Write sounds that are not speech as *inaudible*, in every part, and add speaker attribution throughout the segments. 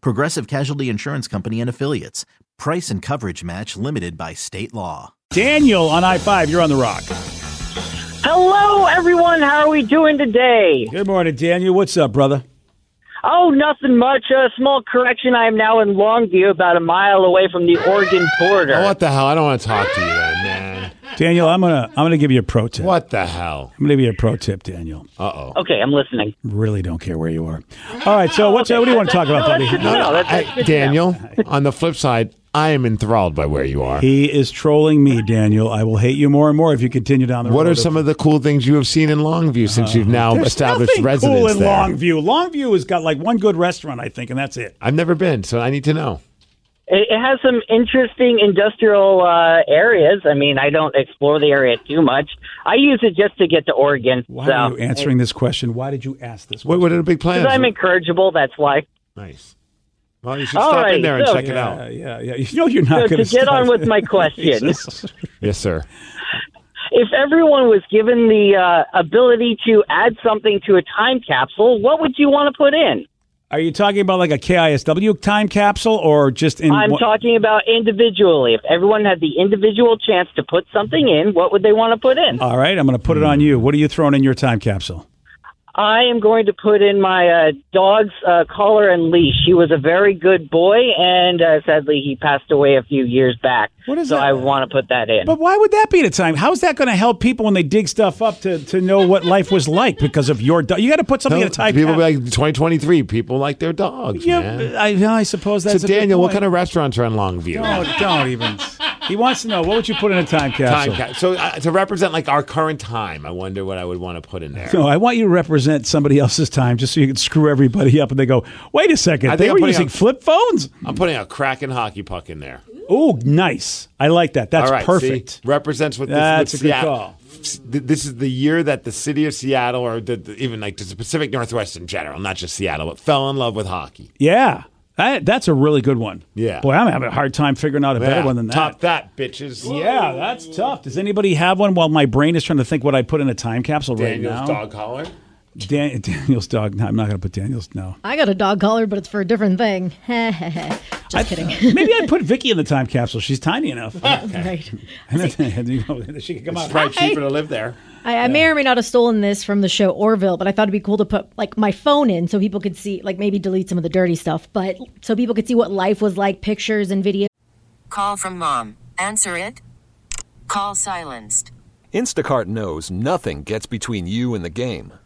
Speaker 1: Progressive Casualty Insurance Company and Affiliates. Price and coverage match limited by state law.
Speaker 2: Daniel on I 5, you're on the rock.
Speaker 3: Hello, everyone. How are we doing today?
Speaker 2: Good morning, Daniel. What's up, brother?
Speaker 3: Oh, nothing much. A small correction. I am now in Longview, about a mile away from the Oregon border.
Speaker 4: Oh, what the hell? I don't want to talk to
Speaker 2: *laughs*
Speaker 4: you then, man.
Speaker 2: Daniel, I'm gonna I'm gonna give you a pro tip.
Speaker 4: What the hell?
Speaker 2: I'm gonna give you a pro tip, Daniel.
Speaker 4: Uh oh.
Speaker 3: Okay, I'm listening.
Speaker 2: Really don't care where you are. All right, so what's uh, what do you want to talk about,
Speaker 3: No,
Speaker 2: buddy?
Speaker 3: that's good to know. That's- that's good to know.
Speaker 2: *laughs*
Speaker 4: Daniel, on the flip side, I am enthralled by where you are.
Speaker 2: He is trolling me, Daniel. I will hate you more and more if you continue down the road.
Speaker 4: What are
Speaker 2: of-
Speaker 4: some of the cool things you have seen in Longview since you've now
Speaker 2: Uh, There's
Speaker 4: established
Speaker 2: nothing
Speaker 4: residence
Speaker 2: cool in
Speaker 4: there?
Speaker 2: Longview. Longview has got like one good restaurant, I think, and that's it.
Speaker 4: I've never been, so I need to know.
Speaker 3: It, it has some interesting industrial uh, areas. I mean, I don't explore the area too much. I use it just to get to Oregon.
Speaker 2: Why
Speaker 3: so.
Speaker 2: are you answering this question? Why did you ask this?
Speaker 4: What,
Speaker 2: Question?
Speaker 4: what are the big plans?
Speaker 3: Because I'm incorrigible. That's why.
Speaker 4: nice. Well, you should
Speaker 3: All
Speaker 4: stop in
Speaker 3: right,
Speaker 4: there and
Speaker 3: so-
Speaker 4: check it
Speaker 2: yeah,
Speaker 4: out.
Speaker 2: yeah, yeah. You know you're not
Speaker 3: So
Speaker 2: going
Speaker 3: to get on
Speaker 2: *laughs*
Speaker 3: with my question.
Speaker 4: Yes, sir.
Speaker 3: if everyone was given the uh, ability to add something to a time capsule, what would you want to put in?
Speaker 2: Are you talking about like a KISW time capsule or just in?
Speaker 3: I'm
Speaker 2: one-
Speaker 3: talking about individually. If everyone had the individual chance to put something in, what would they want to put
Speaker 5: Uh,
Speaker 3: in?
Speaker 2: All right, I'm going to put it on you. What are you throwing in your time capsule?
Speaker 3: I am going to put in my uh, dog's uh, collar and leash. He was a very good boy, and uh, sadly, he passed away a few years back.
Speaker 2: What is
Speaker 3: so
Speaker 2: that?
Speaker 3: I want to put that in.
Speaker 2: But why would that be the time? How is that going to help people when they dig stuff up to, to know what life was like because of your dog? You got to put something in a time
Speaker 4: people
Speaker 2: capsule.
Speaker 4: be like 2023. People like their dogs, man.
Speaker 2: yeah, I, I suppose that's
Speaker 4: so
Speaker 2: a good
Speaker 4: Daniel, what
Speaker 2: point. Oh,
Speaker 4: kind of restaurants are in Longview?
Speaker 2: *laughs* No, don't even. He wants to know what would you put in a time
Speaker 4: Time
Speaker 2: capsule.
Speaker 4: ca- so uh, to represent like our current time, I wonder what I would want to put in there.
Speaker 2: No, I want you to represent somebody else's time just so you can screw everybody up and they go, wait a second,
Speaker 4: I
Speaker 2: they
Speaker 4: think I'm
Speaker 2: were
Speaker 4: putting
Speaker 2: using
Speaker 4: on-
Speaker 2: flip phones?
Speaker 4: I'm putting a Kraken hockey puck in there.
Speaker 2: Oh, nice. I like that. That's
Speaker 4: All right,
Speaker 2: perfect.
Speaker 4: see? represents what this
Speaker 2: That's
Speaker 4: what
Speaker 2: a good
Speaker 4: Seattle-
Speaker 2: call.
Speaker 4: s- th- This is the year that the city of Seattle, or the, the- even like just the Pacific Northwest in general, not just Seattle, but fell in love with hockey.
Speaker 2: Yeah. That, that's a really good one.
Speaker 4: Yeah.
Speaker 2: Boy, I'm having a hard time figuring out a
Speaker 4: Yeah,
Speaker 2: better one than that.
Speaker 4: Top that, bitches.
Speaker 2: Yeah, that's tough. Does anybody have one? While my brain is trying to think what I put in a time capsule
Speaker 4: Daniel's
Speaker 2: right now.
Speaker 4: dog collar.
Speaker 2: Dan- *laughs* Daniel's dog. No, I'm not going to put Daniel's. No.
Speaker 6: I got a dog collar, but it's for a different thing. *laughs*
Speaker 4: *laughs*
Speaker 6: Just kidding. *laughs*
Speaker 2: Maybe I'd put Vicky in the time capsule. She's tiny enough.
Speaker 6: right.
Speaker 2: *laughs* And then- you know, she can come
Speaker 4: It's
Speaker 2: out.
Speaker 4: probably cheaper to live there.
Speaker 6: I, I may or may not have stolen this from the show Orville, but I thought it'd be cool to put like my phone in so people could see, like maybe delete some of the dirty stuff, but so people could see what life was like, pictures and videos.
Speaker 7: Call from mom. Answer it. Call silenced.
Speaker 8: Instacart knows nothing gets between you and the game.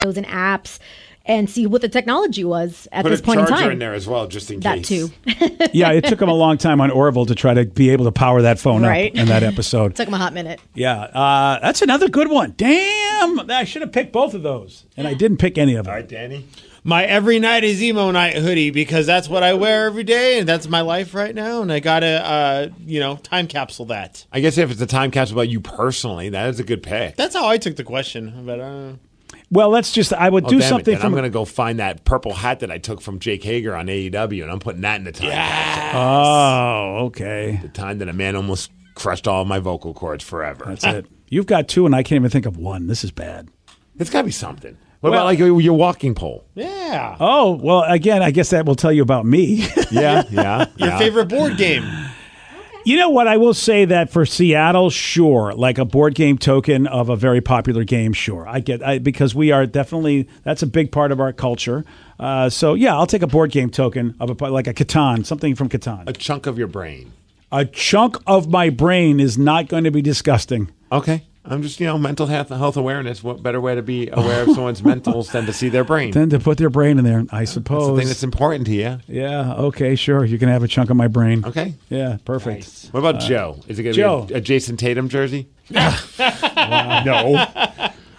Speaker 6: and apps and see what the technology was at
Speaker 4: Put
Speaker 6: this
Speaker 4: a
Speaker 6: point in
Speaker 4: charger
Speaker 6: time.
Speaker 4: in there as well, just in
Speaker 6: that
Speaker 4: case.
Speaker 6: too.
Speaker 2: *laughs* Yeah, it took him a long time on Orville to try to be able to power that phone
Speaker 6: Right.
Speaker 2: up in that episode.
Speaker 6: Took him a hot minute.
Speaker 2: yeah, uh, that's another good one. Damn, I should have picked both of those, and I didn't pick any of them.
Speaker 4: All right, Danny.
Speaker 5: my every night is emo night hoodie because that's what I wear every day and that's my life right now and I gotta uh, you know time capsule that.
Speaker 4: I guess if it's a time capsule about you personally, that is a good pay.
Speaker 5: That's how I took the question, but uh,
Speaker 2: Well, let's just. I would
Speaker 4: Oh,
Speaker 2: do
Speaker 4: damn it,
Speaker 2: something
Speaker 4: then
Speaker 2: from.
Speaker 4: I'm going to go find that purple hat that I took from Jake Hager on AEW, and I'm putting that in the time capsule.
Speaker 2: oh, okay.
Speaker 4: The time that a man almost crushed all my vocal cords forever.
Speaker 2: That's it. You've got two, and I can't even think of one. This is bad.
Speaker 4: It's got to be something. What about like your your walking pole?
Speaker 5: Yeah.
Speaker 2: Oh, well, again, I guess that will tell you about me. *laughs*
Speaker 4: Yeah, *laughs* yeah.
Speaker 5: Your
Speaker 4: yeah.
Speaker 5: favorite board game.
Speaker 2: You know what? I will say that for Seattle, sure, like a board game token of a very popular game, sure. I get I, because we are definitely that's a big part of our culture. Uh, so yeah, I'll take a board game token of a po- like a Catan, something from
Speaker 4: A
Speaker 2: Catan.
Speaker 4: chunk of your brain.
Speaker 2: A chunk of my brain is not going to be disgusting.
Speaker 4: Okay. I'm just, you know, mental health, health awareness. What better way to be aware of someone's *laughs* mentals than to see their brain?
Speaker 2: Then to put their brain in there, I
Speaker 4: That's the
Speaker 2: suppose.
Speaker 4: thing that's important to you.
Speaker 2: yeah. Okay. Sure. You can have a chunk of my brain.
Speaker 4: Okay.
Speaker 2: Yeah. Perfect.
Speaker 4: What about Joe? Is it going
Speaker 2: Joe.
Speaker 4: to be a, a Jason Tatum jersey?
Speaker 9: No.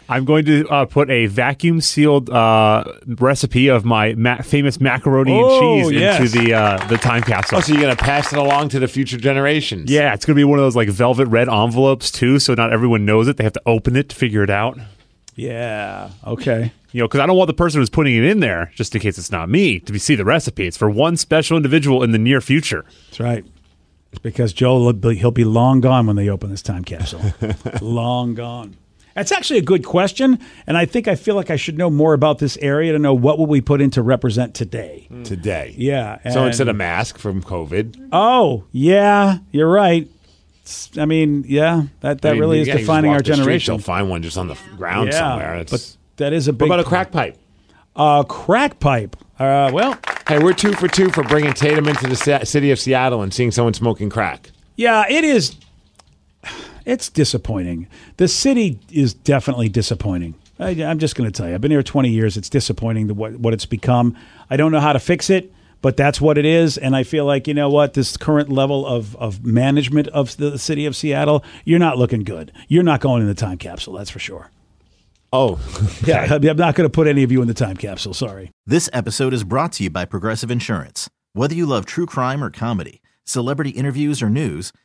Speaker 9: I'm going to uh, put a vacuum sealed uh, recipe of my ma- famous macaroni
Speaker 2: Oh,
Speaker 9: and cheese
Speaker 2: yes.
Speaker 9: into the uh, the time capsule.
Speaker 4: Oh, so you're going to pass it along to the future generations?
Speaker 9: yeah, it's going to be one of those like velvet red envelopes too, so not everyone knows it. They have to open it to figure it out.
Speaker 2: Yeah. Okay.
Speaker 9: You know, because I don't want the person who's putting it in there, just in case it's not me, to be, see the recipe. It's for one special individual in the near future.
Speaker 2: That's right. Because Joel, will be- he'll be long gone when they open this time
Speaker 4: *laughs*
Speaker 2: capsule. long gone. That's actually a good question, and I think I feel like I should know more about this area to know what will we put in to represent today.
Speaker 4: Today.
Speaker 2: Yeah.
Speaker 4: So
Speaker 2: and-
Speaker 4: instead of mask from COVID,
Speaker 2: oh yeah, you're right. It's- I mean, yeah, that that
Speaker 4: I mean,
Speaker 2: really is
Speaker 4: yeah, you just
Speaker 2: defining
Speaker 4: walk
Speaker 2: our
Speaker 4: the street,
Speaker 2: generation.
Speaker 4: You'll find one just on the ground
Speaker 2: yeah,
Speaker 4: somewhere. It's,
Speaker 2: but that is a
Speaker 4: what
Speaker 2: big.
Speaker 4: about a crack pipe?
Speaker 2: A crack pipe. Uh, well,
Speaker 4: Hey, we're two for two for bringing Tatum into the ci- city of Seattle and seeing someone smoking crack.
Speaker 2: Yeah, it is. It's disappointing. The city is definitely disappointing. I, I'm just going to tell you. I've been here 20 years. It's disappointing the, what what it's become. I don't know how to fix it, but that's what it is. And I feel like you know what this current level of of management of the city of Seattle, you're not looking good. You're not going in the time capsule. That's for sure.
Speaker 4: Oh,
Speaker 2: Yeah, *laughs* I'm not going to put any of you in the time capsule. Sorry.
Speaker 1: This episode is brought to you by Progressive Insurance. Whether you love true crime or comedy, celebrity interviews or news,